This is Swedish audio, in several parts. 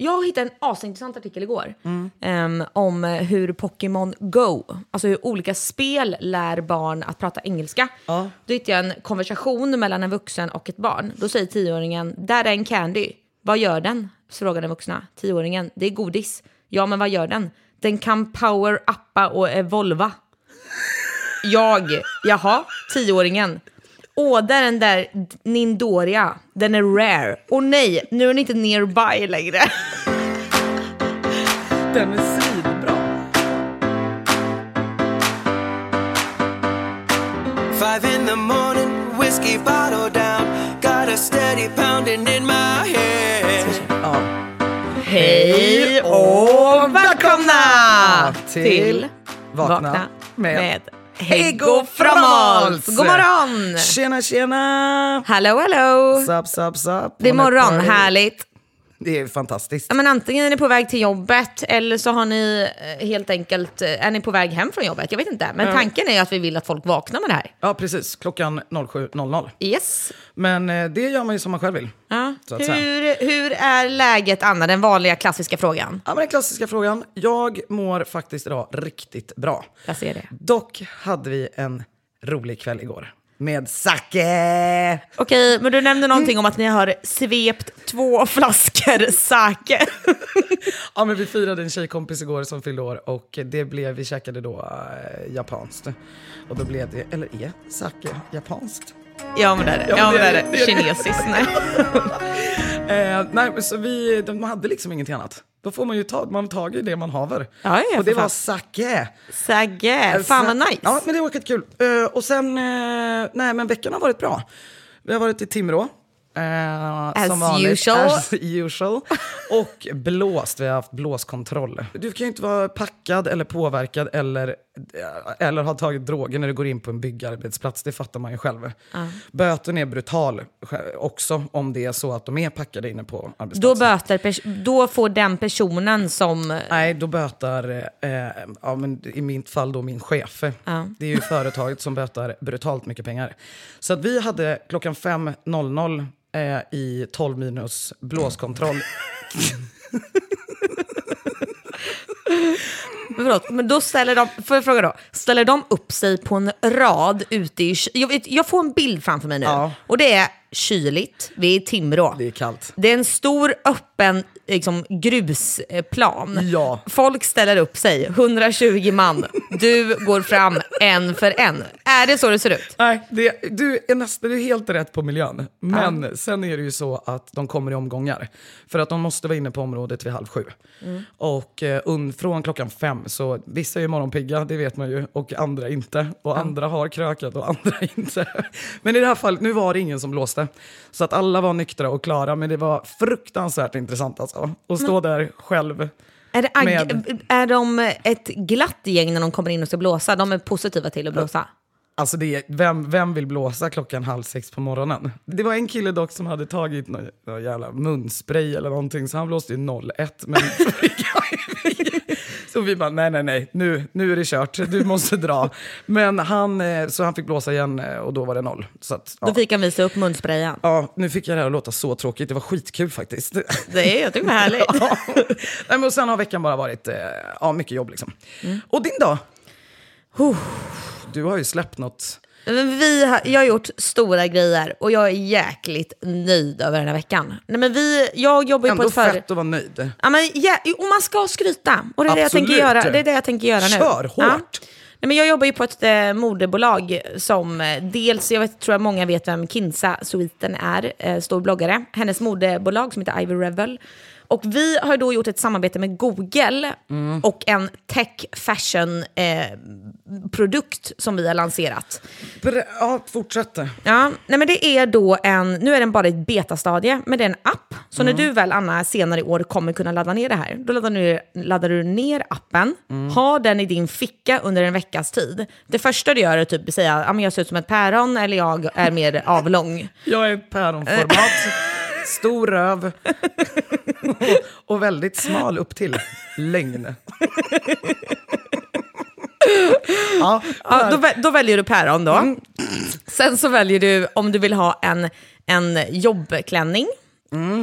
Jag hittade en asintressant artikel igår em, om hur Pokémon Go, alltså hur olika spel lär barn att prata engelska. Då hittade jag en konversation mellan en vuxen och ett barn. Då säger tioåringen, där är en candy, vad gör den? Frågar den vuxna. Tioåringen, det är godis. Ja, men vad gör den? Den kan power-uppa och evolva. Jag, jaha, tioåringen. Åh, där är den där Nindoria, den är rare. Åh nej, nu är den inte nearby längre. Den är svinbra. Five in the morning, whiskey bottle down. Got a steady pounding in my head. Ja. Hej och välkomna till Vakna, med, med, Heggo Framals. God morgon! Tjena, tjena! Hallå, hallå! Sup, sup, sup. Det är morgon, Party. härligt. Det är fantastiskt. Ja, men antingen är ni på väg till jobbet eller så har ni eh, helt enkelt, eh, är ni på väg hem från jobbet. Jag vet inte, men tanken är ju att vi vill att folk vaknar med det här. Ja, precis. Klockan 07.00. Yes. Men eh, det gör man ju som man själv vill. Ja. Så att säga. Hur, hur är läget Anna, den vanliga klassiska frågan? Ja, men den klassiska frågan. Jag mår faktiskt idag riktigt bra. Jag ser det. Dock hade vi en rolig kväll igår. Med Zacke! Okej, men du nämnde någonting om att ni har svept två flaskor sake. Ja, men vi firade en tjejkompis igår som fyllde år och det blev, vi käkade då äh, japanskt. Och då blev det, eller är sake japanskt? ja men det är det. Ja, men det är det. Kinesiskt. Nej. Eh, nej, men så vi, de hade liksom ingenting annat. Då får man ju ta man tag i det man haver. Ja, ja, och det för fan. var sake. Sake, fan vad nice. Ja, men det var skitkul. Eh, och sen, eh, nej men veckan har varit bra. Vi har varit i Timrå. eh, As som vanligt, usual. As usual. Och blåst, vi har haft blåskontroll. Du kan ju inte vara packad eller påverkad eller, eh, eller ha tagit droger när du går in på en byggarbetsplats. Det fattar man ju själv. Böten är brutal sj- också om det är så att de är packade inne på Då, arbetsplatsen. böter pers- då får den personen som... Nej, då bötar, eh, ja, men i mitt fall då min chef. Det är ju företaget som bötar brutalt mycket pengar. Så att vi hade klockan 5.00 eh, i 12 minus blåskontroll. Men Förlåt, men då ställer de, får jag fråga då, ställer de upp sig på en rad ute i... ky- Jag, vet- jag får en bild framför mig nu. Ja. Och det är kyligt, vi är i Timrå. Det är kallt. Det är en stor öppen liksom, grusplan. Ja. Folk ställer upp sig, 120 man. Du går fram en för en. Är det så det ser ut? Nej, det, du, är nästan, du är helt rätt på miljön. Men sen är det ju så att de kommer i omgångar. För att de måste vara inne på området vid halv sju. Och eh, un, från klockan fem, så vissa är ju morgonpigga, det vet man ju, och andra inte. Och andra har krökat och andra inte. Men i det här fallet, nu var det ingen som blåste. Så att alla var nyktra och klara, men det var fruktansvärt intressant alltså. Att stå där själv. Är, det ag- Med- är de ett glatt gäng när de kommer in och ska blåsa? De är positiva till att blåsa? Alltså det är, vem, vem vill blåsa klockan halv sex på morgonen? Det var en kille dock som hade tagit någon, någon jävla munspray eller någonting, så han blåste ju 01. Men så vi bara, nej nej nej, nu, nu är det kört, du måste dra. Men han, eh, så han fick blåsa igen eh, och då var det noll. Så att, ja. Då fick han visa upp munsprayen. ja, nu fick jag det här att låta så tråkigt, det var skitkul faktiskt. Det är, jag tycker det var härligt. ja. nej, men och sen har veckan bara varit eh, Mm. ja, mycket jobb liksom. Och din dag? Du har ju släppt något. Men Vi har, jag har gjort stora grejer och jag är jäkligt nöjd över den här veckan. Nej, men vi, jag jobbar ju på Ändå ett företag... fett att vara nöjd. Ja, men, ja, och man ska skryta. Och det är det, jag tänker Absolut. göra, det är det jag tänker göra nu. Kör hårt. Ja. Nej, men jag jobbar ju på ett eh, modebolag som eh, dels, jag vet, tror jag många vet vem Kinsa Sweeten är, eh, stor bloggare. Hennes modebolag som heter Ivy Revel. Och vi har då gjort ett samarbete med Google Mm. och en tech fashion eh, produkt som vi har lanserat. Bre- Ja, fortsätt. Ja, nej men det är då en, nu är den bara i ett betastadie, men det är en app. Så när du väl, Anna, senare i år kommer kunna ladda ner det här, då laddar du, laddar du ner appen, har den i din ficka under en veckas tid. Det första du gör är typ att säga, "Ja, men jag ser ut som ett päron eller jag är mer avlång. Jag är ett päronformat, Eh, stor röv och, och väldigt smal upp till längd. Ja, Ja, då, vä- då väljer du päron då. Sen så väljer du om du vill ha en, en jobbklänning,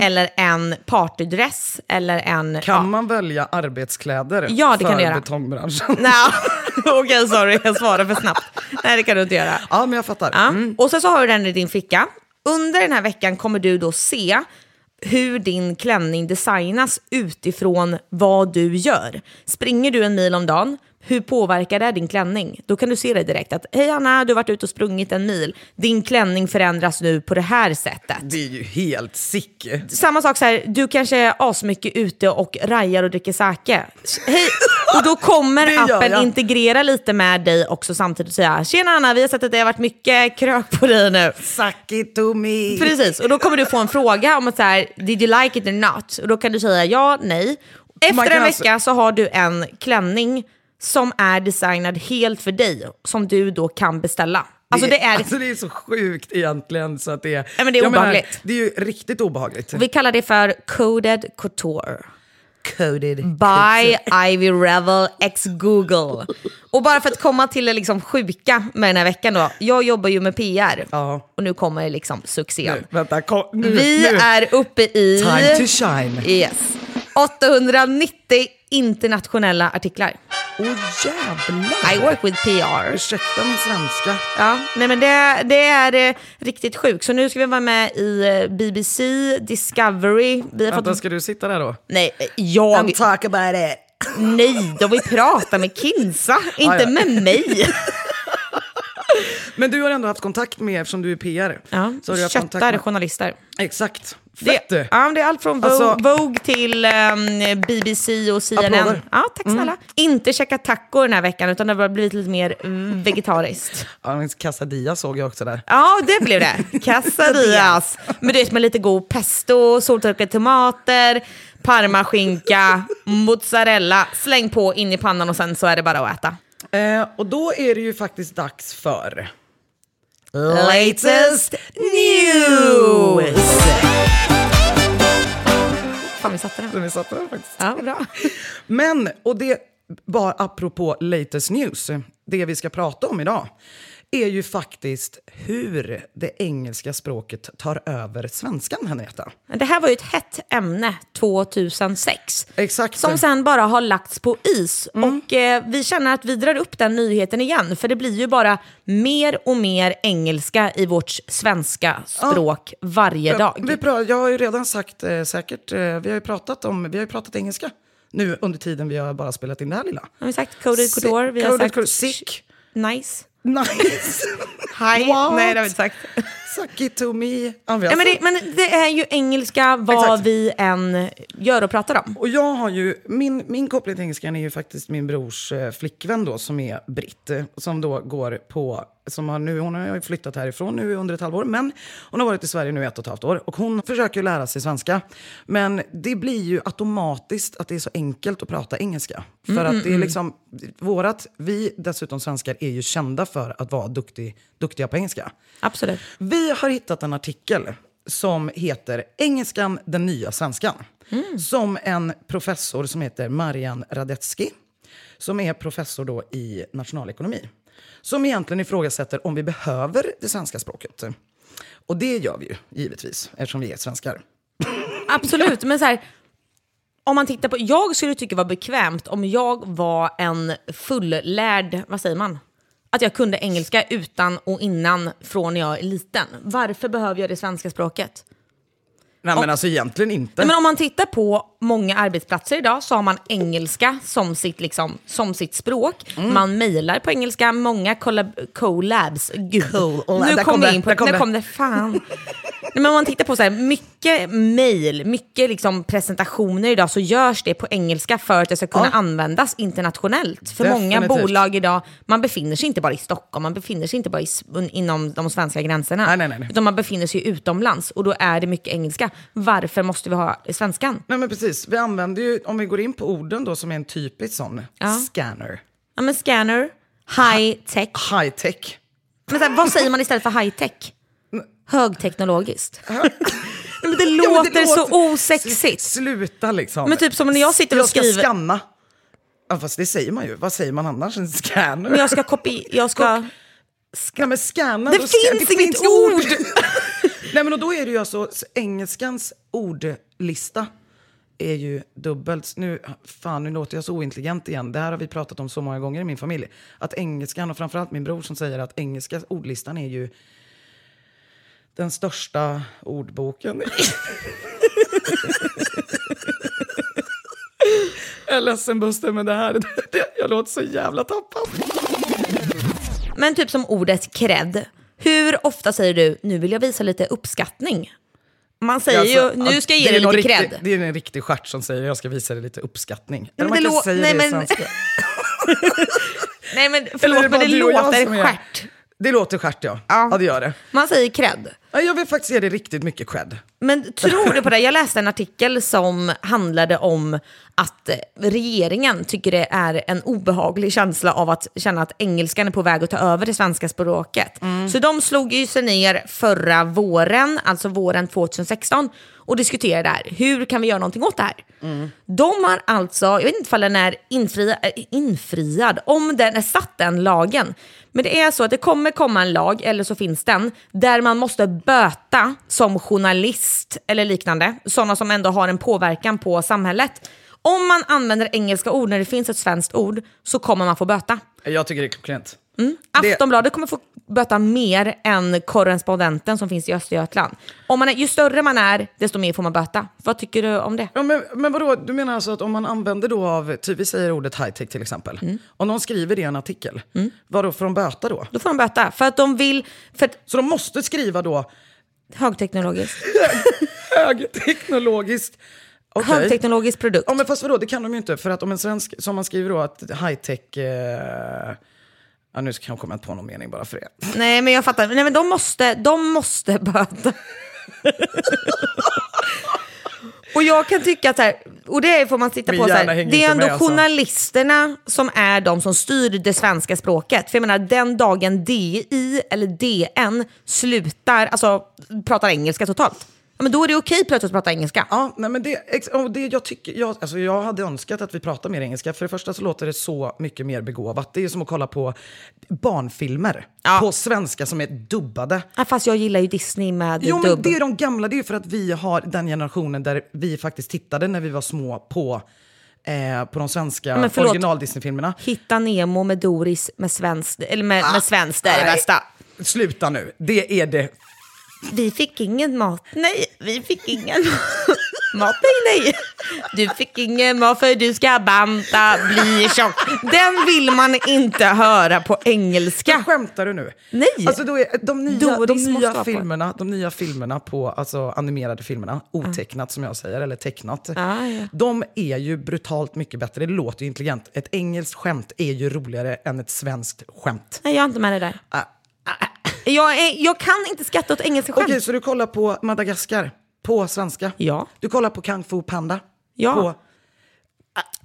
eller en partydress, eller en... kan ja. man välja arbetskläder Ja, det för kan du göra. betongbranschen? Nej, okej sorry, jag svarade för snabbt. Nej, det kan du inte göra. Ja, men jag fattar. Ja. Och sen så har du den i din ficka. Under den här veckan kommer du då se hur din klänning designas utifrån vad du gör. Springer du en mil om dagen, hur påverkar det din klänning? Då kan du se det direkt. Att, Hej Anna, du har varit ute och sprungit en mil. Din klänning förändras nu på det här sättet Det är ju helt sick. samma sak så här, du kanske är asmycket ute och rajar och dricker sake. Hej. Och då Det kommer gör appen jag. integrera lite med dig också samtidigt och säga “Tjena Anna, vi har sett att det har varit mycket krök på dig nu”. Suck it to me. Precis, och då kommer du få en fråga om att så här, “Did you like it or not?” och då kan du säga ja, nej. Man Efter kan en alltså- vecka så har du en klänning som är designad helt för dig, som du då kan beställa. Alltså det är... alltså det är så sjukt egentligen. Så att det är, men det är Jag menar, obehagligt. det är ju riktigt obehagligt. Vi kallar det för coded couture. Coded. Mm. By Ivy Revel ex Google. Och bara för att komma till det liksom sjuka med den här veckan då. Jag jobbar ju med PR Ja. och nu kommer liksom succén. Vänta, kom, nu, Vi nu. är uppe i Time to shine. yes, 890 internationella artiklar. Åh jävlar. I work with PR. Ursäkta min svenska. Ja, nej men det, det är eh, riktigt sjukt. Så nu ska vi vara med i eh, BBC, Discovery. Vi har Vänta, fått... ska du sitta där då? Nej, eh, jag... talk about it. Nej, de vill prata med Kinsa, inte ja. med mig. Men du har ändå haft kontakt med, eftersom du är PR. Ja, så har du haft kontakt köttar med, journalister. Exakt. Det, Fett du. ja, men det är allt från Vogue, Alltså- Vogue till ehm, BBC och CNN. Applåder. Ja, tack snälla. Inte käka taco den här veckan, utan det har bara blivit lite mer mm, vegetariskt. Ja, men Casadia såg jag också där. Ja, det blev det. Casadillas. Men du vet, med lite god pesto, soltorkade tomater, parmaskinka, mozzarella. Släng på in i pannan och sen så är det bara att äta. Eh, och då är det ju faktiskt dags för... Latest news! Fan, vi satte den. Den vi satte där faktiskt. Ja, bra. Men, och det bara apropå latest news, det vi ska prata om idag är ju faktiskt hur det engelska språket tar över svenskan, Henrietta. Men Det här var ju ett hett ämne 2006. Exakt. Som sen bara har lagts på is. Och eh, vi känner att vi drar upp den nyheten igen. För det blir ju bara mer och mer engelska i vårt svenska språk varje dag. Vi pra- jag har ju redan sagt eh, säkert, eh, vi har ju pratat om, vi har ju pratat engelska nu under tiden vi har bara spelat in det här lilla. Har vi sagt coded Si- couture? Vi har coded sagt couture. Sick. nice. Nice! Hi. What? Nej, det har vi inte sagt. Suck it to me. Ja, vi har Ja, men, sagt- det, men det är ju engelska vad Exakt. vi än gör och pratar om. Och jag har ju, min, min koppling till engelskan är ju faktiskt min brors eh, flickvän då som är britt. eh, Som då går på, som har nu, hon har ju flyttat härifrån nu under ett halvår. Men hon har varit i Sverige nu i ett och ett halvt år. Och hon försöker ju lära sig svenska. Men det blir ju automatiskt att det är så enkelt att prata engelska. För att det är liksom, vårat, vi dessutom svenskar är ju kända för att vara duktig, duktiga på engelska. Absolut. Vi har hittat en artikel som heter Engelskan den nya svenskan. Mm. Som en professor som heter Marian Radetzky, som är professor då i nationalekonomi. Som egentligen ifrågasätter om vi behöver det svenska språket. Och det gör vi ju givetvis, eftersom vi är svenskar. Absolut, men så här, om man tittar på, jag skulle tycka det var bekvämt om jag var en fullärd, vad säger man? att jag kunde engelska utan och innan från när jag är liten. Varför behöver jag det svenska språket? Nej men alltså egentligen inte. Nej, men om man tittar på många arbetsplatser idag så har man engelska som sitt, liksom, som sitt språk. Mm. Man mejlar på engelska, många collab- collabs. Gud, Collab- nu kom där kom vi det, in på där kom nu det. kom det, fan. Nej, men om man tittar på så här, mycket mejl, mycket liksom presentationer idag så görs det på engelska för att det ska kunna användas internationellt. För många Definitivt. bolag idag, man befinner sig inte bara i Stockholm, man befinner sig inte bara i, s- inom de svenska gränserna. Nej, nej, nej, nej. Utan man befinner sig ju utomlands och då är det mycket engelska. Varför måste vi ha svenskan? Nej men precis, vi använder ju, om vi går in på orden då som är en typisk sån, scanner, Ja men scanner, high tech. high tech. Men så här, vad säger man istället för high tech? Högteknologiskt. Nej, men det, Ja, men låter det så låter- S- osexigt Sluta liksom. Men typ som när jag sitter och Jag skriver- ska scanna. Ja, fast det säger man ju, vad säger man annars? En scanner? Men jag ska kopi... Jag ska... Nej, men scanna, Det då ska- finns inget ord! Nej men och då är det ju alltså, s- engelskans ordlista är ju dubbelt, nu, fan nu låter jag så ointelligent igen, det här har vi pratat om så många gånger i min familj, att engelskan och framförallt min bror som säger att engelska ordlistan är ju den största ordboken. jag är ledsen Buster, men det här, det, det, jag låter så jävla tappad. Men typ som ordet cred. Hur ofta säger du nu vill jag visa lite uppskattning? Man säger ju nu ska jag ge dig lite riktig, cred. Alltså, Det är en riktig stjärt som säger jag ska visa dig lite uppskattning. Eller men man det kanske lå- säger nej, det i men- svenska. Nej men Eller är förlåt men bara det du och jag låter som är- stjärt. Det låter stjärt ja. ja. det gör det. Man säger cred. Ja, Jag vill faktiskt ge dig riktigt mycket cred. Men tror du på det? Jag läste en artikel som handlade om att eh, regeringen tycker det är en obehaglig känsla av att känna att engelskan är på väg att ta över det svenska språket. Mm. Så de slog ju sig ner förra våren, alltså våren 2016, och diskuterade det här. Hur kan vi göra någonting åt det här? De har alltså, jag vet inte ifall den är infria, eh, infriad, om den är satt den lagen. Men det är så att det kommer komma en lag, eller så finns den, där man måste böta som journalist eller liknande, sådana som ändå har en påverkan på samhället. Om man använder engelska ord när det finns ett svenskt ord så kommer man få böta. Jag tycker det är klockrent. Mm. Det- Aftonbladet kommer få böta mer än korrespondenten som finns i Östergötland. Om man är, ju större man är, desto mer får man böta. Vad tycker du om det? Ja, men, men vadå, du menar alltså att om man använder då av, typ vi säger ordet high-tech till exempel. Mm. Om någon skriver det i en artikel, vadå får de böta då? Då får de böta, för att de vill... För att Så de måste skriva då högteknologiskt. högteknologiskt. Okej. Högteknologisk produkt. Ja men fast vadå, det kan de ju inte. För att om en svensk, som man skriver då att high-tech... Eh, ja nu kanske jag kommer inte på någon mening bara för det. Nej men jag fattar. Nej men de måste, de måste böta. och jag kan tycka att så här, och det får man titta Min på så här, hjärna hänger det är inte ändå med, alltså. journalisterna som är de som styr det svenska språket. För jag menar den dagen DI eller DN slutar, alltså pratar engelska totalt. Ja, men då är det okej plötsligt att prata engelska. Ja, nej men det, ex- och det jag tycker, jag, alltså jag hade önskat att vi pratade mer engelska. För det första så låter det så mycket mer begåvat. Det är som att kolla på barnfilmer Ja. på svenska som är dubbade. Ja, fast jag gillar ju Disney med Jo dubb. men det är de gamla, det är ju för att vi har den generationen där vi faktiskt tittade när vi var små på, eh, på de svenska men förlåt. original Disney-filmerna. Hitta Nemo med Doris med svenskt, eller med, med svenskt, det är det Ah, Nej. bästa. Sluta nu, det är det Vi fick ingen mat, nej. Vi fick ingen mat, nej, nej. Du fick ingen mat för du ska banta, bli tjock. Den vill man inte höra på engelska. Skämtar du nu? Nej. Alltså då är de nya, de Doris måste nya, vara på. filmerna, de nya filmerna på, alltså animerade filmerna, otecknat som jag säger, eller tecknat. Ah, ja. De är ju brutalt mycket bättre, det låter ju intelligent. Ett engelskt skämt är ju roligare än ett svenskt skämt. Nej, jag är inte med dig där. Jag, är, jag kan inte skratta åt engelska Okej, skämt. så du kollar på Madagaskar på svenska? Ja. Du kollar på Kung Fu Panda? Ja. På,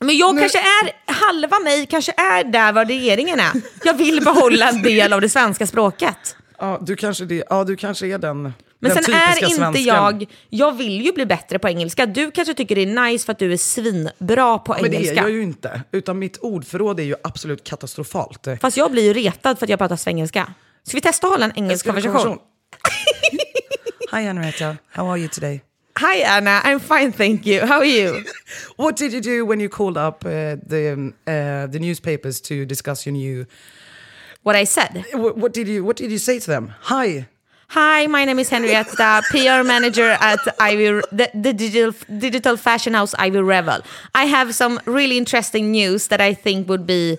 Men jag kanske är, halva mig kanske är där vad regeringen är. Jag vill behålla en del av det svenska språket. ja, du kanske det, ja, du kanske är den, Men den sen typiska är inte svensken. jag, jag vill ju bli bättre på engelska. Du kanske tycker det är nice för att du är svinbra på Men det engelska. är jag ju inte. Utan mitt ordförråd är ju absolut katastrofalt. Fast jag blir ju retad för att jag pratar svengelska. Ska vi testa att hålla en engelsk konversation? Hi Henrietta, how are you today? Hi Anna, I'm fine thank you. How are you? What did you do when you called up uh, the um, uh, the newspapers to discuss your new what I said. Wh- What did you What did you say to them? Hi. Hi, my name is Henrietta, PR manager at Ivy, the, the digital, digital fashion house Ivy Revel. I have some really interesting news that I think would be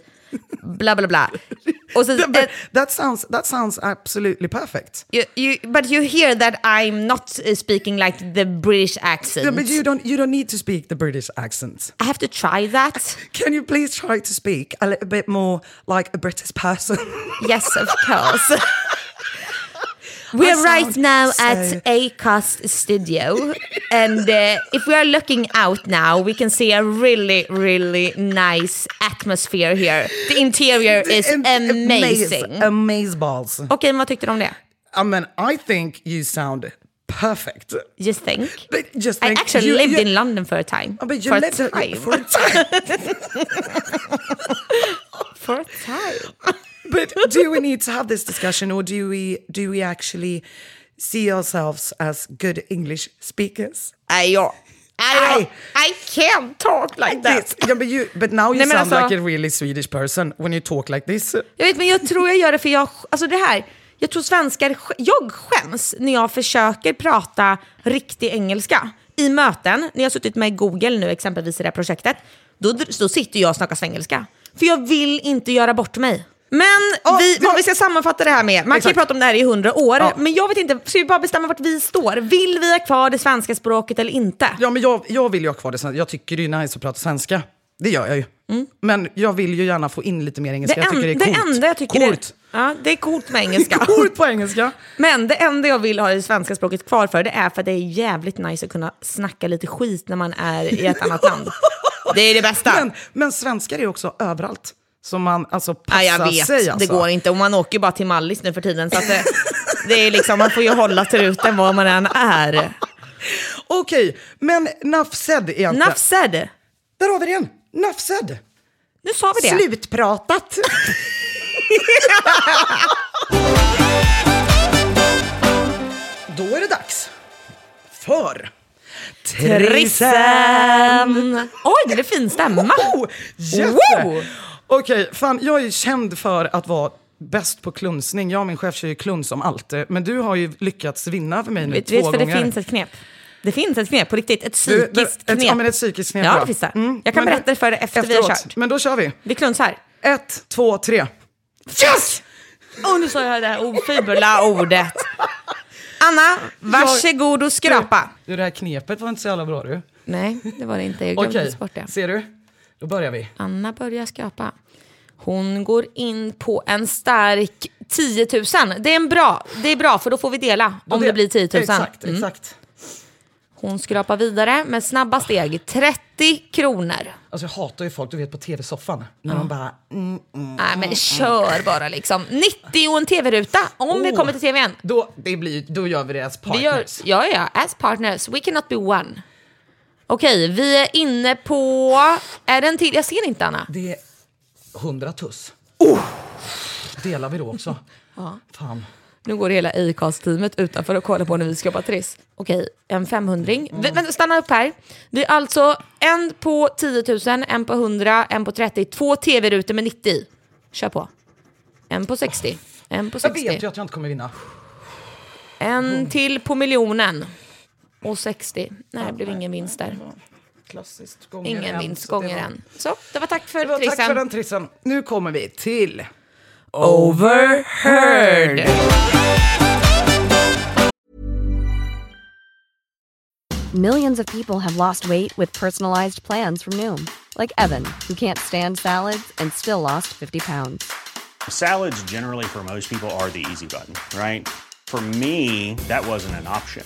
blah blah blah. Och så, But eh, that sounds That sounds absolutely perfect. you, you, but you hear that I'm not uh, speaking like the British accent. Yeah, but you don't You don't need to speak the British accent. I have to try that. Can you please try to speak a little bit more like a British person? Yes, of course. We're I right sound now so- at Acast Studio, and uh, if we are looking out now, we can see a really, really nice atmosphere here. The interior is amazing. Oh. Amaze balls. Okej, men vad tyckte du om det? I mean, I think you sound perfect. Just think. But just I think actually you- lived you- in London for a time. Oh, but you for, lived a in- time. for a time. for a time. but do we need to have this discussion, or do we do we actually see ourselves as good English speakers? I, I, I, Aj. I can't talk like that. This, yeah, but you, but now you Nej, men sound alltså- like a really Swedish person when you talk like this. Jag vet, men jag tror jag gör det för jag, alltså det här, jag tror svenskar, sk- jag skäms när jag försöker prata riktig engelska. I möten, när jag har suttit med Google nu exempelvis i det här projektet, då, då sitter jag och snackar svengelska. För jag vill inte göra bort mig. Men vi, det- om vi ska sammanfatta det här med, man kan ju Exakt. prata om det här i hundra år, Ja. men jag vet inte, ska vi bara bestämma vart vi står? Vill vi ha kvar det svenska språket eller inte? Ja, men jag, jag vill ju ha kvar det. sen- Jag tycker det är nice att prata svenska. Det gör jag ju. Men jag vill ju gärna få in lite mer engelska. jag tycker Mm. det är en- coolt. det enda jag tycker coolt. Det, ja, det är coolt med engelska. Coolt på engelska. Men det enda jag vill ha det svenska språket kvar för det är för att det är jävligt nice att kunna snacka lite skit när man är i ett annat land. Det är det bästa. Men, men svenskar är också överallt. Så man alltså passar ja, jag vet, sig. Alltså. det går inte. Och man åker ju bara till Mallis nu för tiden. Så att det, det är liksom, man får ju hålla truten var man än är. Okej, men enough said egentligen. Nafsed! Där har vi det igen. Enough said. Nu sa vi det. Slutpratat. Då är det dags för Trissen! Oj, det är fin stämma. Oh, yes. Wow. Okej, fan jag är känd för att vara bäst på klunsning. Jag och min chef kör ju kluns om allt. eh, Men du har ju lyckats vinna över mig nu Vet, två vet, för gånger. det finns ett knep. Det finns ett knep på riktigt. Ett Du, där- psykiskt ett- knep. Ja, men ett psykiskt knep. Mm. Ja, det finns det. Jag kan men berätta det för dig efter vi har kört. Men då kör vi. Vi klunsar. Ett, två, tre. Yes! Och nu sa jag det här ofibula ordet. Anna, varsågod och skrapa. Du, det här knepet var inte så jävla bra du. Nej, det var det inte. Jag glömde Okej, precis bort det. ser du? Då börjar vi. Anna börjar skrapa. Hon går in på en stark 10 000. Det är, en bra, det är bra, för då får vi dela om det, blir 10 000. Exakt, Mm. exakt. Hon skrapar vidare med snabba steg. 30 kronor. Alltså jag hatar ju folk, du vet på tv-soffan. När de bara... Mm, mm. Nej, men kör bara liksom. 90 och en tv-ruta om vi Oh. kommer till tvn. Då, det blir, då gör vi det as Vi gör, partners. ja, ja. As partners, we cannot be one. Okej, vi är inne på... Är det en till? Jag ser inte, Anna. Det är 100 tuss. Oh! Delar vi då också? ja. Fan. Nu går hela Acast-teamet utanför och kollar på när vi ska jobba triss. Okej, en 500 mm. Vänta, stanna upp här. Vi är alltså en på 10 000, en på 100, en på 30, två tv-rutor med 90 i. Kör på. En på 60, en på Jag 60, vet ju att jag Mm. inte kommer vinna. en till på miljonen. Och 60. Nej, det blev ingen vinst där. Klassiskt. gånger Ingen en, vinst så det gånger var- en. Så, det var tack för Det var trissen. Tack för den trissen. Nu kommer vi till... overheard. Millions of people have lost weight with personalized plans from Noom, like Evan, who can't stand salads and still lost 50 pounds. Salads, generally, for most people, are the easy button, right? For me, that wasn't an option.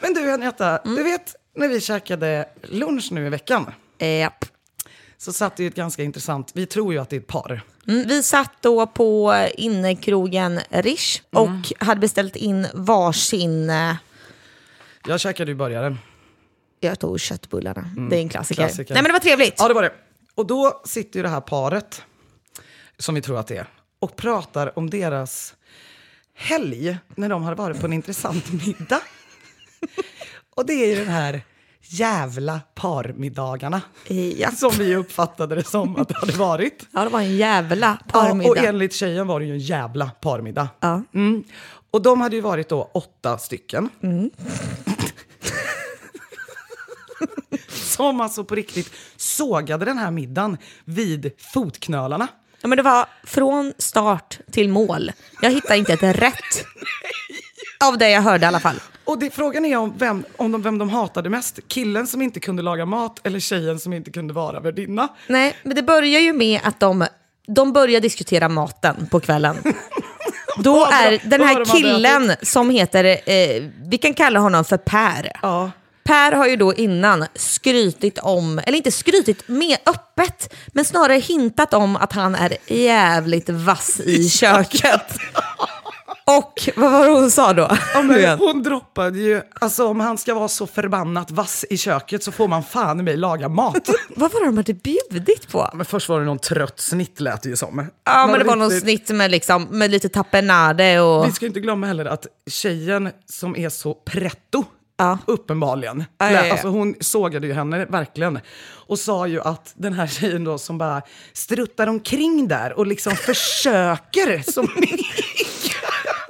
Men du Henrietta, du vet när vi käkade lunch nu i veckan Japp. så satt det ju ett ganska intressant, vi tror ju att det är ett par. Mm, vi satt då på innekrogen Rish och hade beställt in varsin... eh, Jag käkade ju burgaren. Jag tog köttbullarna. Det är en Mm, klassiker. klassiker. Nej men det var trevligt. Ja, det var det. Och då sitter ju det här paret, som vi tror att det är, och pratar om deras helg när de hade varit på en intressant middag. och det är ju den här jävla parmiddagarna. Ja. Som vi uppfattade det som att det hade varit. Ja, det var en jävla Ja, och parmiddag. enligt tjejen var det ju en jävla parmiddag. Mm. Och de hade ju varit då åtta stycken. Som alltså på riktigt sågade den här middagen vid fotknölarna. ja, men det var från start till mål. Jag hittade inte ett rätt. Av det jag hörde i alla fall. Och det, frågan är om, vem, om de, vem de hatade mest. Killen som inte kunde laga mat eller tjejen som inte kunde vara värdinna. Nej, men det börjar ju med att de, de börjar diskutera maten på kvällen. Då Vad har de- är den vad här har de hade killen som heter, eh, vi kan kalla honom för Per. Ja. Per har ju då innan skrytit om, eller inte skrytit, med öppet, men snarare hintat om att han är jävligt vass i köket. Och vad var det hon sa då? Ja, men hon droppade ju, alltså om han ska vara så förbannat vass i köket så får man fan i mig laga mat. Vad var det de hade bjudit på? Men först var det någon trött snitt lät det ju som. Ja, men det var någon riktigt- snitt med, liksom, med lite tapenade och... Vi ska ju inte glömma heller att tjejen som är så pretto, Ja. uppenbarligen, Ja, ja, ja. Alltså hon sågade ju henne verkligen. Och sa ju att den här tjejen då som bara struttar omkring där och liksom försöker som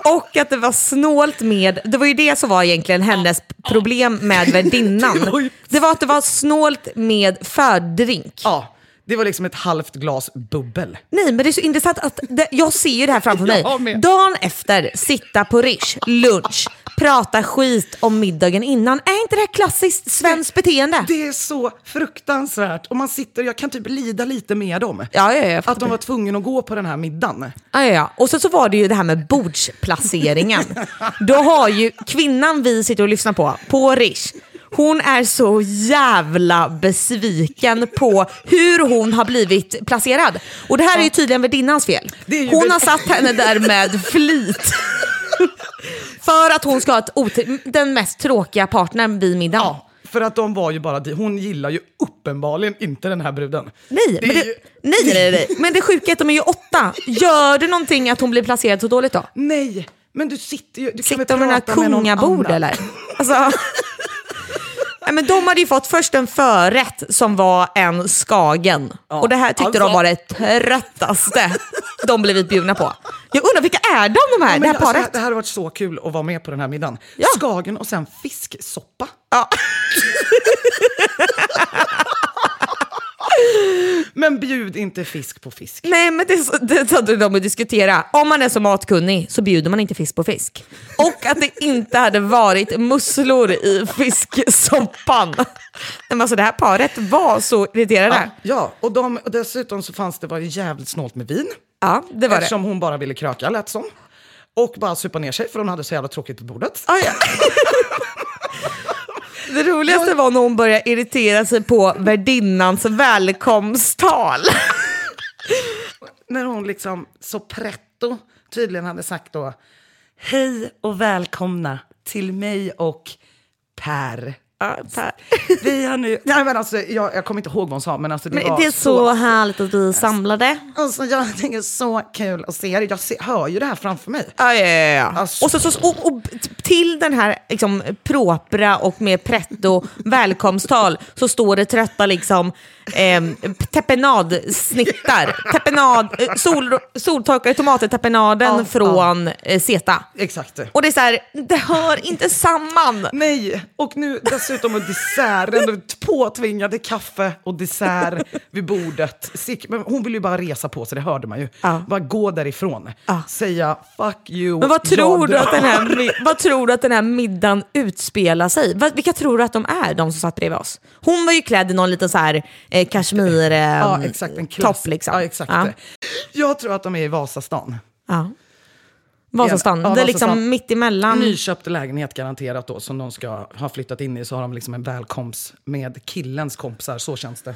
Och att det var snålt med, det var ju det som var egentligen hennes problem med Det var värdinnan. ju- Det var att det var snålt med fördrink. Ja, det var liksom ett halvt glas bubbel. Nej men det är så intressant att det, jag ser ju det här framför mig. Jag med. Dagen efter, sitta på Rish, lunch, prata skit om middagen innan. Är inte det här klassiskt svenskt beteende? Det är så fruktansvärt. Och man sitter, jag kan typ lida lite med dem. Ja, ja, ja, jag att fattar. de var tvungna att gå på den här middagen. Ja, ja, ja. Och så, så var det ju det här med bordsplaceringen. Då har ju kvinnan vi sitter och lyssnar på, på Rish, hon är så jävla besviken på hur hon har blivit placerad. Och det här är ju tydligen värdinnans fel. Det är ju Hon väl- har satt henne där med flit. För att hon ska ha ett otr- den mest tråkiga partnern vid middagen. Ja, för att de var ju bara, di- hon gillar ju uppenbarligen inte den här bruden. Nej, Det men är det, ju- nej, nej, nej, nej. Men det sjuka är att de är ju åtta. Gör det någonting att hon blir placerad så dåligt då? Nej, men du sitter ju... Du kan väl Sitta med några prata med någon kungabord annan. eller? Alltså, nej, men de hade ju fått först en förrätt som var en skagen. Och det här tyckte de alltså. var det tröttaste de blivit bjudna på. Jag undrar vilka är de, de här, Men det här alltså, paret? det här har varit så kul att vara med på den här middagen. Ja. Skagen och sen fisksoppa. men bjud inte fisk på fisk. Nej men det, är så- det hade de att diskutera. Om man är så matkunnig så bjuder man inte fisk på fisk. Och att det inte hade varit musslor i fisksoppan. Nej, Men alltså det här paret var så irriterade. Ja, och, de, och dessutom så fanns det var det jävligt snålt med vin. Ja, det var det. eftersom hon bara ville kröka lät som. Och bara supa ner sig för hon hade så jävla tråkigt på bordet. Ah, ja. Det roligaste var när hon började irritera sig på värdinnans välkomsttal. När hon liksom så pretto tydligen hade sagt då Hej och välkomna till mig och Per. Ja, tack. Vi har nu... Nej, men alltså, jag, jag kommer inte ihåg vad hon sa, men alltså, det Men var det är så härligt att vi är samlade. Alltså, jag tänker så kul att se er. Jag se, hör ju det här framför mig. Ja, ja, ja, ja. Alltså. Och, så, så, och, och till den här liksom, propra och mer pretto välkomsttal så står det trötta liksom, eh, tepenadsnittar. Tepenad, eh, sol, soltorkade tomater, tepenaden Ja, från eh, Zeta. Exakt. Och det är så här, det hör inte samman. Nej, och nu dessutom med desserten. och Påtvingade kaffe och dessert vid bordet. Sick, men hon ville ju bara resa på sig, det hörde man ju. Ja. Bara gå därifrån. Säga fuck you. Men vad tror, jag du att drar. den här, mi- vad tror du att den här middagen utspelar sig? Vad- Vilka tror du att de är, de som satt bredvid oss? Hon var ju klädd i någon liten så här eh, kashmir eh, Ja, exakt. En klass. topp liksom. Ja, exakt. Ja. Jag tror att de är i Vasastan. Ja. Vasastan, Ja, det är Vasastan. liksom mitt emellan. Nyköpt lägenhet garanterat då, som de ska ha flyttat in i. Så har de liksom en välkomst med killens kompisar, så känns det.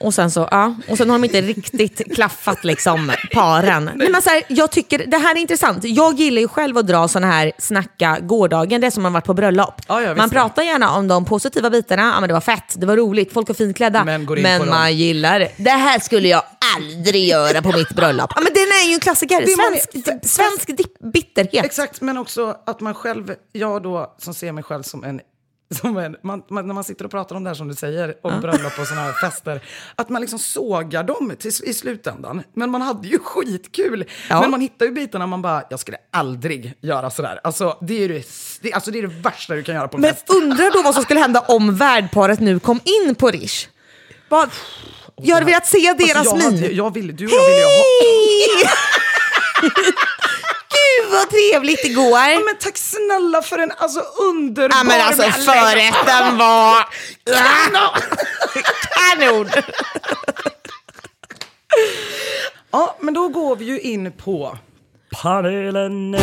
Och sen så, ja. Och sen har de inte riktigt klaffat liksom paren. Nej. men så här, jag tycker det här är intressant. Jag gillar ju själv att dra sådana här snacka gårdagen, det är som man varit på bröllop. Ja, ja, visst. man pratar gärna om de positiva bitarna, ja men det var fett, det var roligt, folk var fint klädda. Men går in på dem. man gillar det. Det här skulle jag aldrig göra på mitt bröllop. Ja men den är ju en klassiker. Det man- Svensk, svensk dip- bitterhet. Exakt, men också att man själv, jag då som ser mig själv som en som en, man, man, när man sitter och pratar om det här som du säger, om bröllop och sådana här fester, att man liksom sågar dem till, i slutändan. Men man hade ju skitkul. Ja. Men man hittar ju bitarna man bara, jag skulle aldrig göra sådär. Alltså det är det, det, alltså, det, är det värsta du kan göra på en Men fest. undrar då vad som skulle hända om värdparet nu kom in på Rish. Vad- Jag hade velat se deras alltså, jag min. hade- jag ville, du och jag ville ju ha... Hej! Gud vad trevligt igår. Ja, men tack snälla för en alltså, underbar... Ja, men alltså mellan- förrätten var kanon. Ja, men då går vi ju in på... Panelen.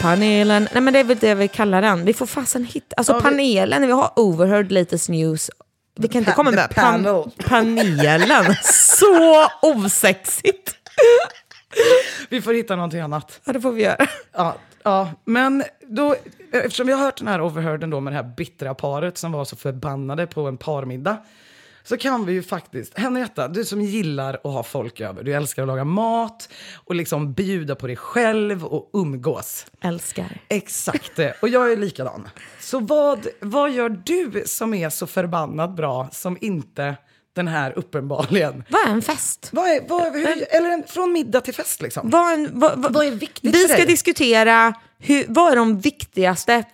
Panelen, nej men det är väl det vi kallar den. Vi får fasen hitta, alltså panelen, vi... har overheard latest news. Vi kan inte komma the med pan- panel. panelen. Så osexigt. Vi får hitta någonting annat. Ja det får vi göra. Ja, ja, men då, eftersom vi har hört den här overhearden då med det här bittra paret som var så förbannade på en parmiddag. Så kan vi ju faktiskt, Henrietta, du som gillar att ha folk över, du älskar att laga mat och liksom bjuda på dig själv och umgås. Älskar. Exakt det, och jag är likadan. Så vad, vad gör du som är så förbannat bra som inte den här uppenbarligen? Vad är en fest? Vad är, vad, hur, eller en, från middag till fest liksom. Vad, en, vad, vad, Vad är viktigt Vi för ska dig? Mm. Alltså liksom liksom.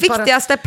typ, alltså.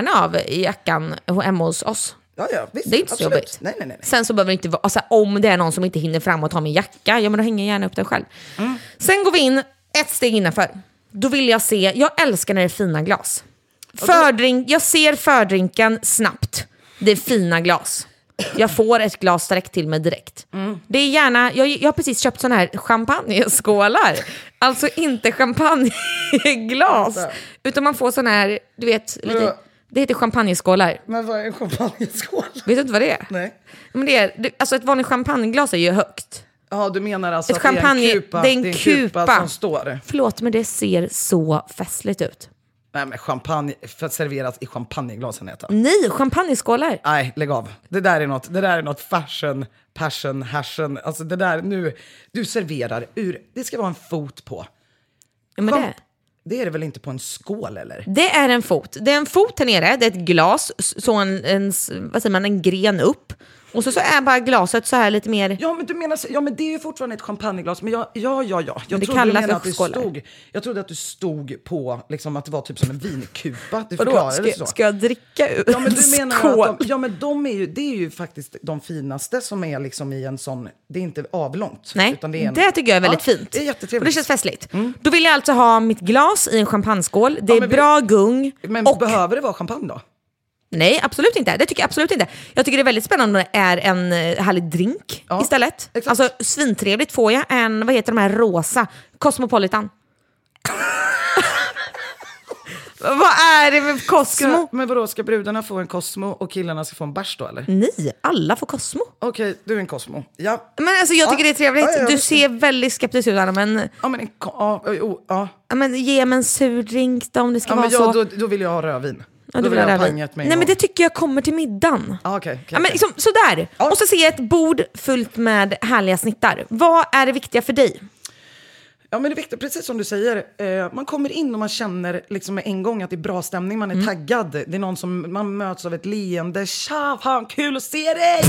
alltså, Alltså alltså, alltså Alltså, Det är det väl inte på en skål eller? Det är en fot. Det är en fot här nere, det är ett glas, så en, en, vad säger man, en gren upp. Och så, så är bara glaset så här lite mer... Ja men du menar, så- ja men det är ju fortfarande ett champagneglas. Men ja, ja, ja. ja. Jag, det trodde du kallas menade att du örtskålar. stod, jag trodde att du stod på, liksom att det var typ som en vinkupa. Du Vadå, förklarade det ska, så. ska jag dricka ur Ja men en du menar skål? att de, ja, men de är ju, det är ju faktiskt de finaste som är liksom i en sån, det är inte avlångt. Nej, utan det, är en, tycker jag är väldigt ja, fint. Det är Och jättetrevligt. Mm. det känns festligt. Då vill jag alltså ha mitt glas i en champagneskål, det Ja, är men vi- bra gung Men och... behöver det vara champagne då? Nej, absolut inte. Det tycker jag absolut inte. Jag tycker det är väldigt spännande om det är en eh, härlig drink Ja, istället. exakt. Alltså svintrevligt. Får jag en, vad heter de här rosa? Cosmopolitan. vad är det med Cosmo? Ska, men vadå, ska brudarna få en Cosmo och killarna ska få en bärs då eller? Nej, alla får Cosmo. Okej, du är en Cosmo. Ja. Men alltså jag tycker det är trevligt. Ja, ja, ja, du visst. ser väldigt skeptisk ut Anna, men, Ja men en ko- ja, oj, oh, ja. ja, men ge mig en sur drink då om det ska Ja, vara men så. jag, då, då vill jag ha rödvin. Ja, då du vill jag ha rödvin. pangat med en Nej men det gång. tycker jag kommer till middagen. Ja, Ah, okej, okej, ja, men okej. liksom, sådär. Ja. Och så ser jag ett bord fullt med härliga snittar. Vad är det viktiga för dig? Ja, men det är viktigt, precis som du säger. Eh, man kommer in och man känner liksom med en gång att det är bra stämning, man är taggad. Det är någon som, man möts av ett leende. Tja, fan kul att se dig!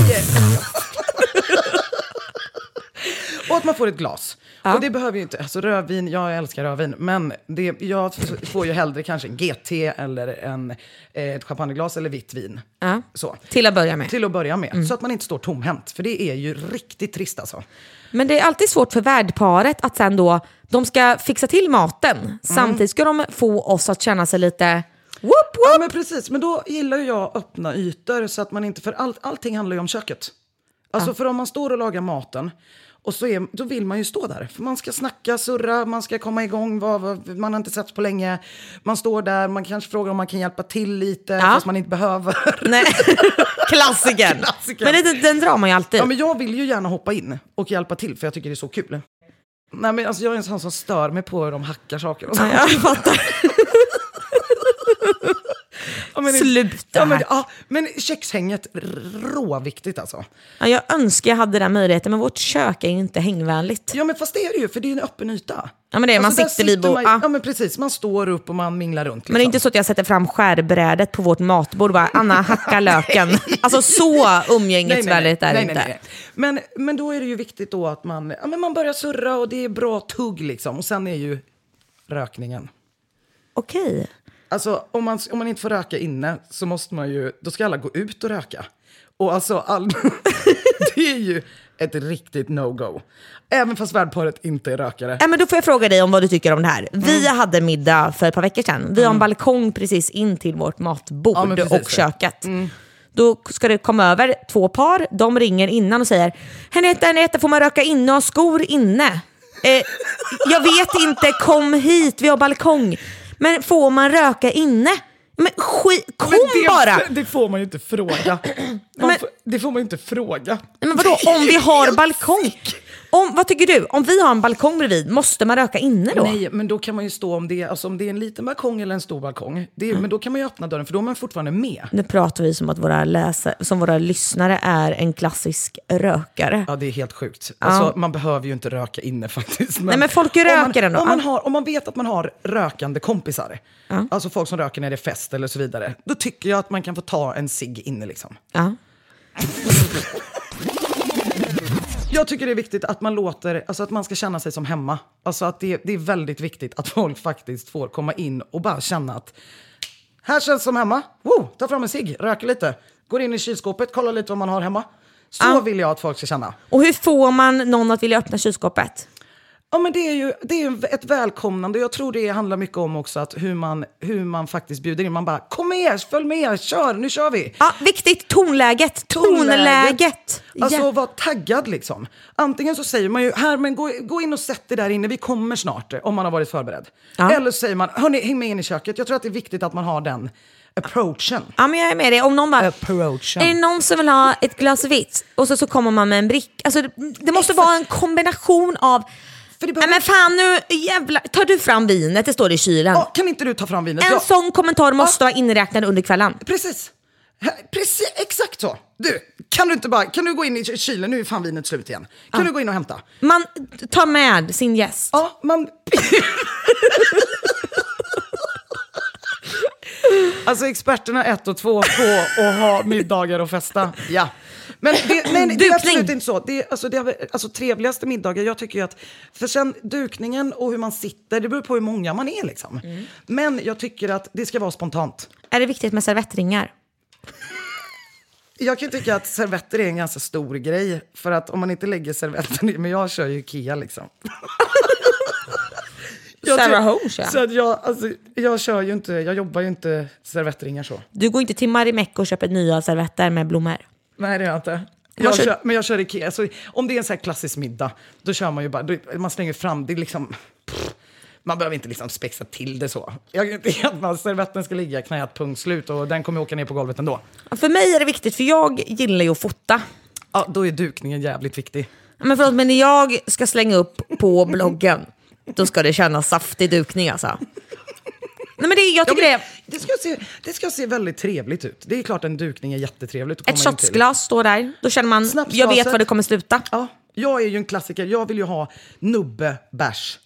och att man får ett glas. Och det behöver ju inte, alltså rödvin, jag älskar rödvin, men det, jag f- får ju hellre kanske en GT eller en, eh, ett champagneglas eller vitt vin. Ja. Så. Till att börja med. Till att börja med, så att man inte står tomhänt. För det är ju riktigt trist alltså. Men det är alltid svårt för värdparet att sen då, de ska fixa till maten. Mm. Samtidigt ska de få oss att känna sig lite, whoop whoop. Ja men precis, men då gillar ju jag öppna ytor så att man inte, för all, allting handlar ju om köket. Alltså för om man står och lagar maten, och så är, då vill man ju stå där. För man ska snacka, surra, man ska komma igång, vad, vad, man har inte setts på länge. Man står där, man kanske frågar om man kan hjälpa till lite, fast man inte behöver. Nej. Klassikern. Klassikern. Men det, den drar man ju alltid. Ja, men jag vill ju gärna hoppa in och hjälpa till, för jag tycker det är så kul. Nej, men alltså, jag är en sån som stör mig på hur de hackar saker. Och så. Jag fattar. Ja, men- Sluta Ja, men, hack. ja, men kökshänget, r- råviktigt alltså. Ja, jag önskar jag hade den möjligheten, men vårt kök är ju inte hängvänligt. Ja men fast det är det ju, för det är ju en öppen yta. Alltså, Ja, men det är- man där sitter vid sitter man, bo- ja. Ja men precis, man står upp och man minglar runt. Liksom. Men det är inte så att jag sätter fram skärbrädet på vårt matbord och bara “Anna, hacka löken”. alltså så umgängesvänligt är det inte. Men, men då är det ju viktigt då att man, ja, men man börjar surra och det är bra tugg liksom. Och sen är ju rökningen. Okej. Alltså om man, om man inte får röka inne så måste man ju, då ska alla gå ut och röka. Och alltså, all, det är ju ett riktigt no-go. Även fast värdparet inte är rökare. Äh, men då får jag fråga dig om vad du tycker om det här. Vi Mm. hade middag för ett par veckor sedan. Vi har en balkong precis in till vårt Ja, matbord men precis. Mm. och köket. Då ska det komma över två par. De ringer innan och säger “Henrietta, Henrietta, får man röka inne och ha skor inne?” eh, “Jag vet inte, kom hit, vi har balkong.” “Men får man röka inne?” men skit, kom Men det, bara! Det får man ju inte fråga. Man Men- får, det får man ju inte fråga. Nej, Men vadå, om vi har balkong? Om, vad tycker du? Om vi har en balkong bredvid, måste man röka inne då? Nej, men då kan man ju stå om det, alltså om det är en liten balkong eller en stor balkong. Det, är- Mm. Men då kan man ju öppna dörren för då är man fortfarande med. Nu pratar vi som att våra, läsare, som våra lyssnare är en klassisk rökare. Ja, det är helt sjukt. Alltså, man behöver ju inte röka inne faktiskt. Nej, men folk om röker man, ändå. Ah. Om man, Ja. har, om man vet att man har rökande kompisar, alltså folk som röker när det är fest eller så vidare, då tycker jag att man kan få ta en cigg inne liksom. Ja. Jag tycker det är viktigt att man låter, alltså att man ska känna sig som hemma. Alltså att det, det är väldigt viktigt att folk faktiskt får komma in och bara känna att här känns som hemma. Woo, ta fram en cigg, röker lite, går in i kylskåpet, kollar lite vad man har hemma. Så vill jag att folk ska känna. Och hur får man någon att vilja öppna kylskåpet? Ja, men det är ju det är ju ett välkomnande. Jag tror det handlar mycket om också att hur man, hur man faktiskt bjuder in. Man bara kom med, följ med, kör, nu kör vi. Ja, viktigt, tonläget! Tonläget! Alltså Ja. vara taggad liksom. Antingen så säger man ju, här men gå, gå in och sätt dig där inne, vi kommer snart. Om man har varit förberedd. Ja. Eller så säger man, hörni häng med in i köket. Jag tror att det är viktigt att man har den approachen. Ja, men jag är med dig. Om någon bara, Approachen. är det någon som vill ha ett glas vitt? Och så, så kommer man med en brick. Alltså, det, det måste vara en kombination av, För nej det behöver... men fan nu jävlar, tar du fram vinet, det står i kylen. Ja, kan inte du ta fram vinet? En Jag- sån kommentar måste vara inräknad under kvällen. Precis. Här- Precis, exakt så. Du, kan du inte bara, kan du gå in i ky- kylen, nu är fan vinet slut igen. Kan du gå in och hämta? Man tar med sin gäst. Ja, man... Alltså experterna ett och två på att ha middagar och festa. Ja. Men det, nej, nej, det är Dukning. absolut inte så. Det, är- alltså, det är, alltså, trevligaste middagar, jag tycker ju att... För sen dukningen och hur man sitter, det beror på hur många man är liksom. Men jag tycker att det ska vara spontant. Är det viktigt med servettringar? Jag kan tycka att servetter är en ganska stor grej. För att om man inte lägger servetten i, men jag kör ju Ikea liksom. Jag Sarah tror- Holmes, ja. Så att jag, alltså, jag kör ju inte, jag jobbar ju inte servettringar så. Du går inte till Marimekko och köper nya servetter med blommor. Nej det gör jag inte. Man Jag kör- kör, men jag kör Ikea. Så om det är en så här klassisk middag, då kör man ju bara, då, man slänger fram, det är liksom, pff, man behöver inte liksom spexa till det så. Jag, att man, servetten ska ligga i knät, punkt slut, och den kommer åka ner på golvet ändå. För mig är det viktigt, för jag gillar ju att fota. Ja, då är dukningen jävligt viktig. Men förlåt, men när jag ska slänga upp på bloggen, då ska det kännas saftig dukning alltså. Nej, men det, jag Ja, tycker men det. det, ska se, det ska se väldigt trevligt ut. Det är klart en dukning är jättetrevligt att komma Ett in till. shotsglas står där, då känner man, Snapsglaset. jag vet var det kommer sluta. Ja, jag är ju en klassiker. Jag vill ju ha nubbe, bärs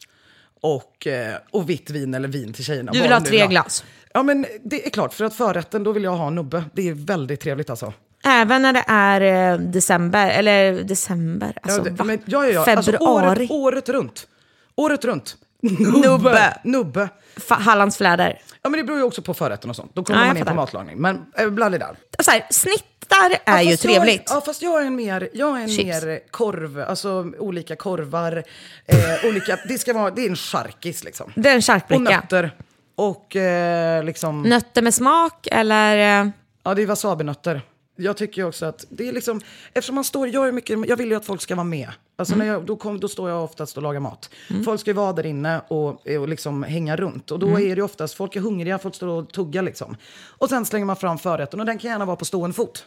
och, eh, och vitt vin eller vin till tjejerna. Du vill Vad ha de nu tre vill glas? Ja, men det är klart. För att förrätten, då vill jag ha nubbe. Det är väldigt trevligt alltså. Även när det är eh, december, eller december, alltså ja, det, va? men, ja, ja, ja. Februari. Alltså, året, året runt. Året runt. Nubbe. Nubbe. Fa- Hallands fläder. Ja, men det beror ju också på förrätten och sånt. Då kommer Ja, jag man in på fattar. matlagning. Men eh, bland det där. Så här, snittar är Ja, ju fast trevligt. Jag, Alltså, ja, fast jag är en mer, jag är en Chips. mer korv, alltså olika korvar, eh, olika, det ska vara, det är en charkis liksom. Det är en Mm. Och charkbricka. nötter. Och eh, liksom, Nötter med smak eller? eh, ja det är wasabinötter. Jag tycker ju också att det är liksom, eftersom man står, jag, är mycket, jag vill ju att folk ska vara med. Alltså Mm. när jag, då, kom, då står jag oftast och lagar mat. Folk ska ju vara där inne och, och liksom hänga runt. Och Mm. då är det ju oftast, folk är hungriga, folk står och tuggar liksom. Och sen slänger man fram förrätten och den kan gärna vara på stående fot.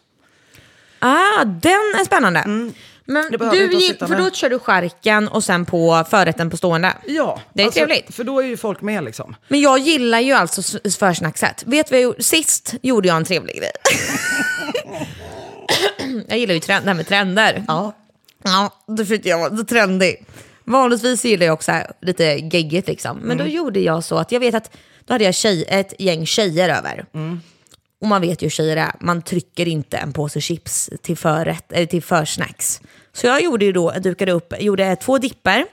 Ah, den är spännande. Men Mm. Det behöver du, inte vara gick- sittande. för då kör du skärken och sen på förrätten på stående? Ja. Det är alltså, trevligt. För då är ju folk med liksom. Men jag gillar ju alltså s- försnackset. Vet du vad jag gjorde? Sist gjorde jag en trevlig grej. jag gillar ju trend, det här med trender. Ja. Ja, då försökte jag vara lite trendig. Vanligtvis gillar jag också här, lite geggigt liksom. Men Mm. då gjorde jag så att jag vet att då hade jag tjej, ett gäng tjejer över. Och man vet ju hur tjejer är, man trycker inte en påse chips till förrätt, eller till försnacks. Så jag gjorde ju då, dukade upp, gjorde två dipper.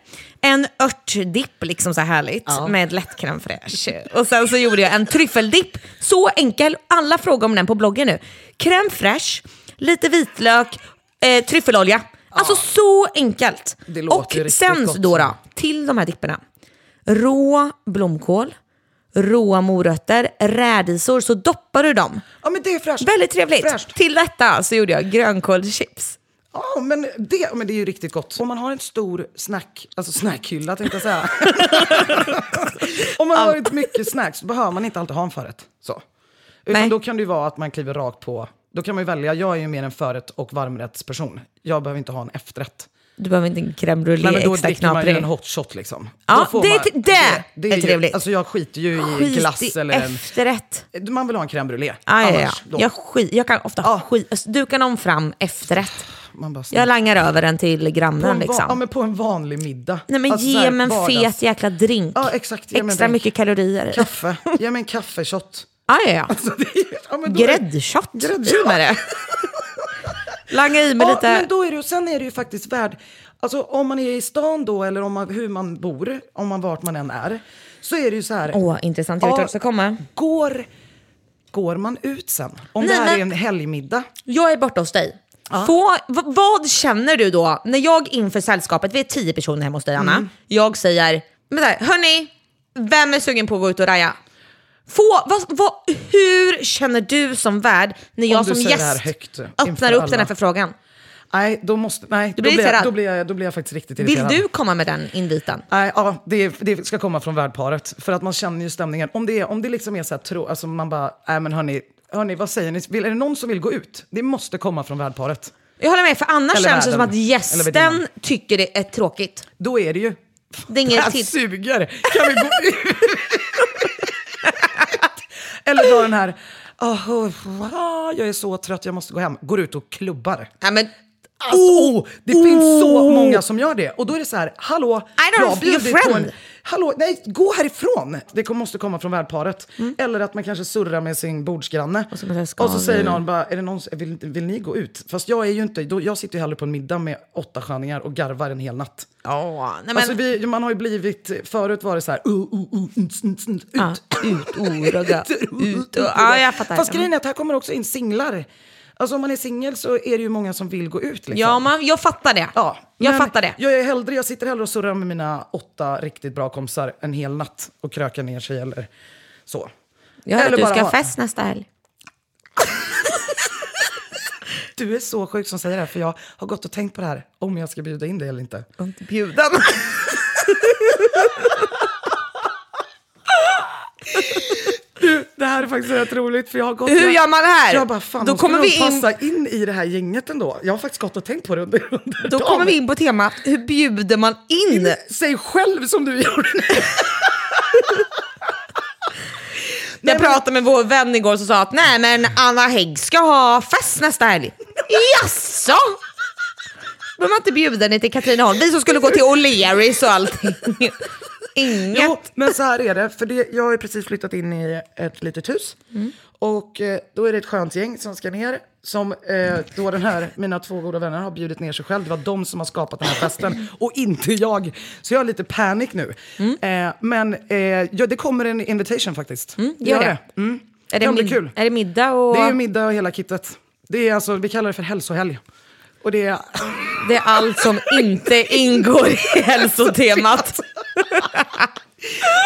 En örtdipp, liksom så här härligt, med lätt crème fraîche. Och sen så gjorde jag en tryffeldipp, så enkel. Alla frågar om den på bloggen nu. Crème fraîche, lite vitlök, eh, tryffelolja. Alltså så enkelt. Det låter Och riktigt sen gott. då, då, till de här dipperna. Rå blomkål, råa morötter, rädisor, så doppar du dem. Ja men det är fräscht. Väldigt trevligt. Fräscht. Till detta så gjorde jag grönkålschips. Ja men det, ja, men det är ju riktigt gott. Om man har en stor snack, alltså snackhylla tänkte jag säga. Om man har ett mycket snacks så behöver man inte alltid ha en förrätt. Så. Utan Nej. då kan det ju vara att man kliver rakt på, då kan man ju välja, jag är ju mer en förrätt och varmrättsperson. Jag behöver inte ha en efterrätt. Du behöver inte en crème Nej, brûlée men då extra dricker man ju en knaprig. hot shot liksom. Ja, Då får det är man- t- det är ju- trevligt. Alltså jag skiter ju i Skit glass i eller en... efterrätt. Man vill ha en crème brûlée. Ah, ja, Annars, ja. då- Ah. Jag, skit, jag kan ofta skit. Alltså, Du kan om fram efterrätt. man bara Jag langar över den till Mm. På en, grannen va- ja, liksom. men på en vanlig middag. Nej men Alltså, så ge här, mig en vardags- fet jäkla drink. Ja, exakt. Ge mig en Extra drink. mycket kalorier. Kaffe. Ge mig en kaffeshot. Ah, ja, ja. Så det är- ja, men då är- Gräddshot. Gräddshot. I med det. Langa i med Ja, lite... men då är det, ju- sen är det ju faktiskt värd... Alltså om man är i stan då, eller om man, hur man bor, om man vart man än är, så är det ju så här... Åh, intressant. Jag vet Ja, vart du ska komma. Går, går man ut sen? Om Nej, det här men- är en helgmiddag. Jag är borta hos dig. Få, v- vad känner du då när jag inför sällskapet, vi är tio personer hemma hos dig Mm. Anna, jag säger, men där, hörni, vem är sugen på att gå ut och raja? Få, vad, vad, hur känner du som värd när jag Om du som säger det här gäst högt inför öppnar upp alla. den här förfrågan? Nej, då måste... Nej, då blir blir, jag, irriterad. då, blir jag, då blir jag faktiskt riktigt Vill irriterad. du komma med den inviten? Nej, ja, det, det ska komma från värdparet. För att man känner ju stämningen. Om det, är- om det liksom är så här, tro, alltså man bara, nej men hörni, hörni, vad säger ni? Vill, är det någon som vill gå ut? Det måste komma från värdparet. Jag håller med, för annars Eller känns det som värden. att Eller gästen värdinnan. tycker det är tråkigt. Då är det ju, Det är det här inget tips. suger, kan vi gå ut? Eller då den här, "Åh, åh, jag är så trött, jag måste gå hem. Går ut och klubbar. Nej, men, oh, Alltså, oh, det finns så många som gör det. Och då är det så här, hallå, oh. don't jag know har if you're bjudit på en, friend. hallå, nej, gå härifrån. Det kom- måste komma från värdparet. Eller att man kanske surrar med sin bordsgranne. Och så, "Ska vi?" säger någon bara, är det någon, som- vill, vill ni gå ut? Fast jag är ju inte, då, jag sitter ju hellre på en middag med åtta sköningar och garvar en hel natt. Ja, nej men Alltså, vi, man har ju blivit, förut var det så här, uh, uh, uh, ns, ns, ns, ut. Ja, ut, oröga, ut och- ja, jag fattar. Fast grejen är att här kommer också in singlar. Alltså om man är singel så är det ju många som vill gå ut. Liksom. ja, man, jag fattar det. Ja, jag men fattar det. Jag, är hellre, jag sitter hellre och surrar med mina åtta riktigt bra kompisar en hel natt och krökar ner sig eller så. Jag hör Eller att du bara ska ha- ha fest nästa helg. Du är så sjuk som säger det här, för jag har gått och tänkt på det här, om jag ska bjuda in dig eller inte. Mm. Bjuden. Det här är faktiskt rätt roligt, för jag har gått... Hur jag, gör man det här? Jag bara, fan, Då då kommer kommer vi in- passa in i det här gänget ändå. Jag har faktiskt gått och tänkt på det under, under Då dagen. kommer vi in på temat, hur bjuder man in? Säg själv som du gjorde nu. Jag pratade med vår vän igår som sa att nej men Anna Hägg ska ha fest nästa helg. Jaså? Behöver man inte bjuda ni till Katrineholm? Vi som skulle gå till O'Learys och allting. Inget. Jo, men så här är det. För det, jag har ju precis flyttat in i ett litet hus. Mm. Och eh, då är det ett skönt gäng som ska ner. Som eh, då den här, mina två goda vänner har bjudit ner sig själv. Det var de som har skapat den här festen och inte jag. Så jag har lite panik nu. Mm. Eh, men eh, ja, det kommer en invitation faktiskt. gör det. Mm. Är det, Ja, det mid- blir kul. är det middag och... Det är middag och hela kittet. Det är alltså, vi kallar det för hälsohelg. Och det är... Det är allt som inte ingår i hälsotemat.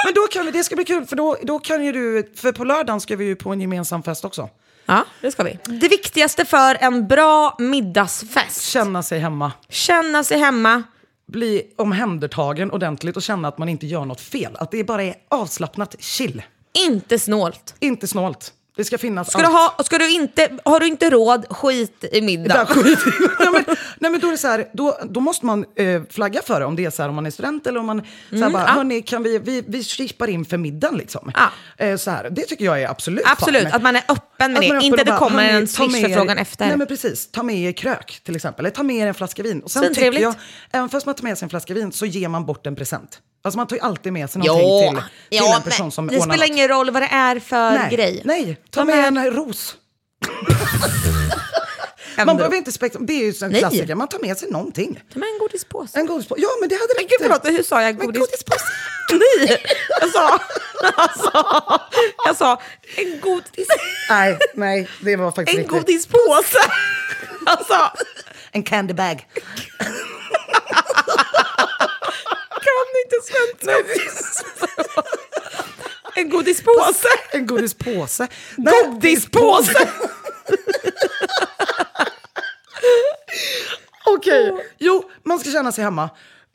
Men då kan vi, det ska bli kul, för då, då kan ju du, för på lördagen ska vi ju på en gemensam fest också. Ja, det ska vi. Det viktigaste för en bra middagsfest. Känna sig hemma, Känna sig hemma. bli omhändertagen ordentligt och känna att man inte gör något fel. Att det bara är avslappnat, chill, Inte snålt. inte snålt. Det ska finnas Ska du ha, ska du inte, har du inte råd, skit i middag. Där skiter jag. nej, men, nej men då är det så här, då, då måste man eh, flagga för det om det är så här om man är student eller om man så här, bara, hörni kan vi, vi, vi chippar in för middagen liksom. Mm, Ja. Eh, så här, det tycker jag är absolut Absolut, fine. att man är öppen med Att det. man är öppen Inte och att det bara, kommer "Hörni, en ta med er- swishförfrågan efter. Nej men precis, ta med er krök till exempel. Eller ta med er en flaska vin. Och sen Svintrevligt. tycker jag, även fast man tar med sig en flaska vin så ger man bort en present. Alltså man tar ju alltid med sig någonting ja, till, till ja, en person men som det spelar något. ingen roll vad det är för nej, grej. Nej, ta De med är- en ros. Ändå. Man behöver inte spektra, det är ju en Nej. klassiker, man tar med sig någonting. Ta med en godispåse. En godispåse, ja men det hade Men gud förlåt, hur sa jag Men godis? godispåse. Nej, jag sa, jag sa, jag sa en godis, Nej, nej, det var faktiskt en riktigt. godispåse. Jag sa En candy bag. kan inte svenska. En godispåse. En godispåse. Godispåse! Okej, jo, man ska känna sig hemma.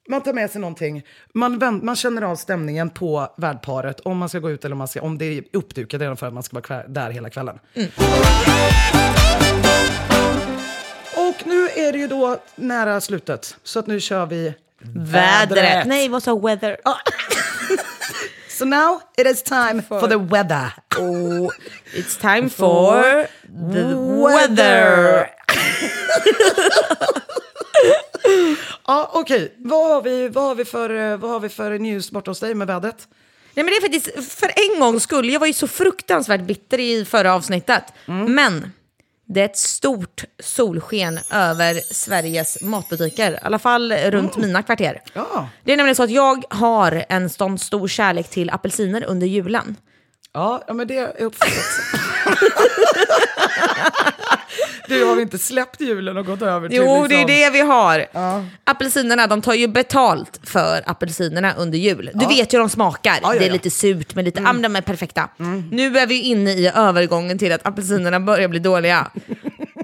Man tar med sig någonting. Man, vänt, man känner av stämningen på värdparet. Om man ska gå ut eller om, man ska, om det är uppdukat redan för att man ska vara kvä- där hela kvällen. Mm. Och nu är det ju då nära slutet. Så att nu kör vi Vädret. Ah. Nej, vad sa weather? So now it is time for, the weather. Oh, it's time for the weather. Ja, okej. Vad, har vi- vad, har vi för, eh, vad har vi för news borta hos dig med vädret? Nej, men det är faktiskt, för en gångs skull, jag var ju så fruktansvärt bitter i förra avsnittet. Men det är ett stort solsken över Sveriges matbutiker, i alla fall runt mina kvarter. Ja. Det är nämligen så att jag har en sån stor kärlek till apelsiner under julen. Ja, ja men det är uppfattat. du, har vi inte släppt julen och gått över till Jo, liksom... det är det vi har. Apelsinerna, de tar ju betalt för apelsinerna under jul. Du vet ju hur de smakar. ja, Det är ja. lite surt, men lite, mm. de är perfekta. Nu är vi inne i övergången till att apelsinerna börjar bli dåliga.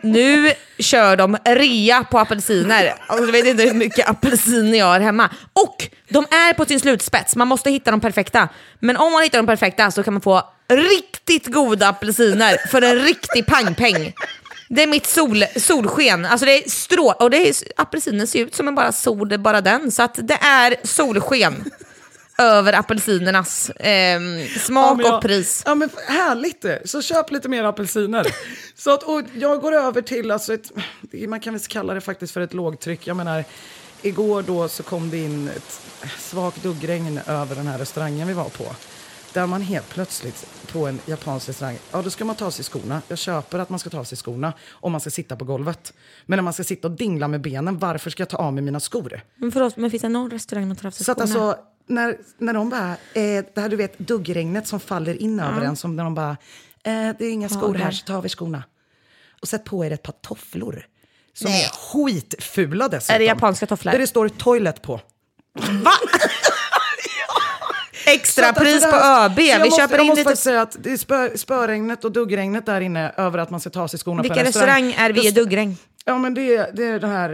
nu kör de rea på apelsiner. Alltså, du vet inte hur mycket apelsiner jag har hemma. Och de är på sin slutspets, man måste hitta de perfekta. Men om man hittar de perfekta så kan man få riktigt goda apelsiner för en riktig pangpeng. Det är mitt sol, solsken, alltså det är strå... Och det är, apelsinen ser ut som en bara sol, bara den. Så att det är solsken över apelsinernas ehm, Ja, smak men jag- och pris. Ja, men härligt det. Så köp lite mer apelsiner. så att, och jag går över till, alltså ett, man kan väl kalla det faktiskt för ett lågtryck. Jag menar, igår då så kom det in ett svagt duggregn över den här restaurangen vi var på. Där man helt plötsligt på en japansk restaurang, ja då ska man ta av sig skorna. Jag köper att man ska ta av sig skorna om man ska sitta på golvet. Men när man ska sitta och dingla med benen, varför ska jag ta av mig mina skor? Men förlåt, men finns det någon restaurang man tar av sig Så att skorna? alltså, när, när de bara, eh, det här du vet duggregnet som faller in över en, som när de bara, eh, det är inga skor här där. så ta av er skorna. Och sätt på er ett par tofflor. Som är skitfula dessutom. Är det japanska tofflor? Där det står toilet på. Va? Extra Så att pris alltså på det här- ÖB. så jag Vi måste, köper jag in måste lite... faktiskt säga att det är spö, spöregnet och duggregnet där inne över att man ska ta av sig skorna på Vilken en restaurang är vi i Just- Duggräng? Ja men det är, det är den här,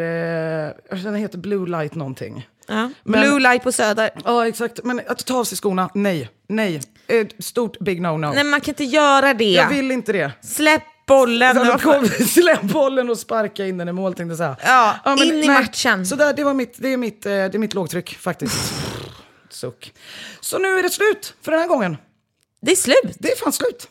eh, den heter Blue Light någonting. Ja. Men- Blue light på Söder. Ja exakt, men att ta av sig skorna, nej, nej. Ett Stort big no no. Nej, man kan inte göra det. Jag vill inte det. Släpp bollen. Sen då och- kom vi, släpp bollen och sparka in den i mål tänkte jag säga. Ja, in i matchen. Så där, det, var mitt, det, är mitt, eh, det är mitt lågtryck faktiskt. Suck. Så nu är det slut för den här gången. Det är slut. Det är fan slut.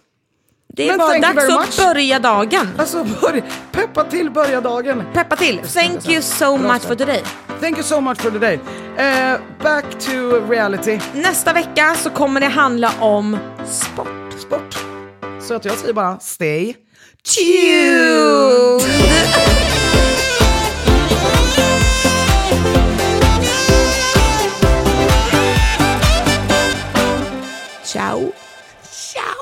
Det är Men bara thank you very dags att much. börja dagen. Alltså börja, peppa till börja dagen. Peppa till. Thank you so much for today. Thank you so much for today. Eh, back to reality. Nästa vecka så kommer det handla om sport. Sport. Så att jag säger bara stay. Tuned. Ciao. Ciao.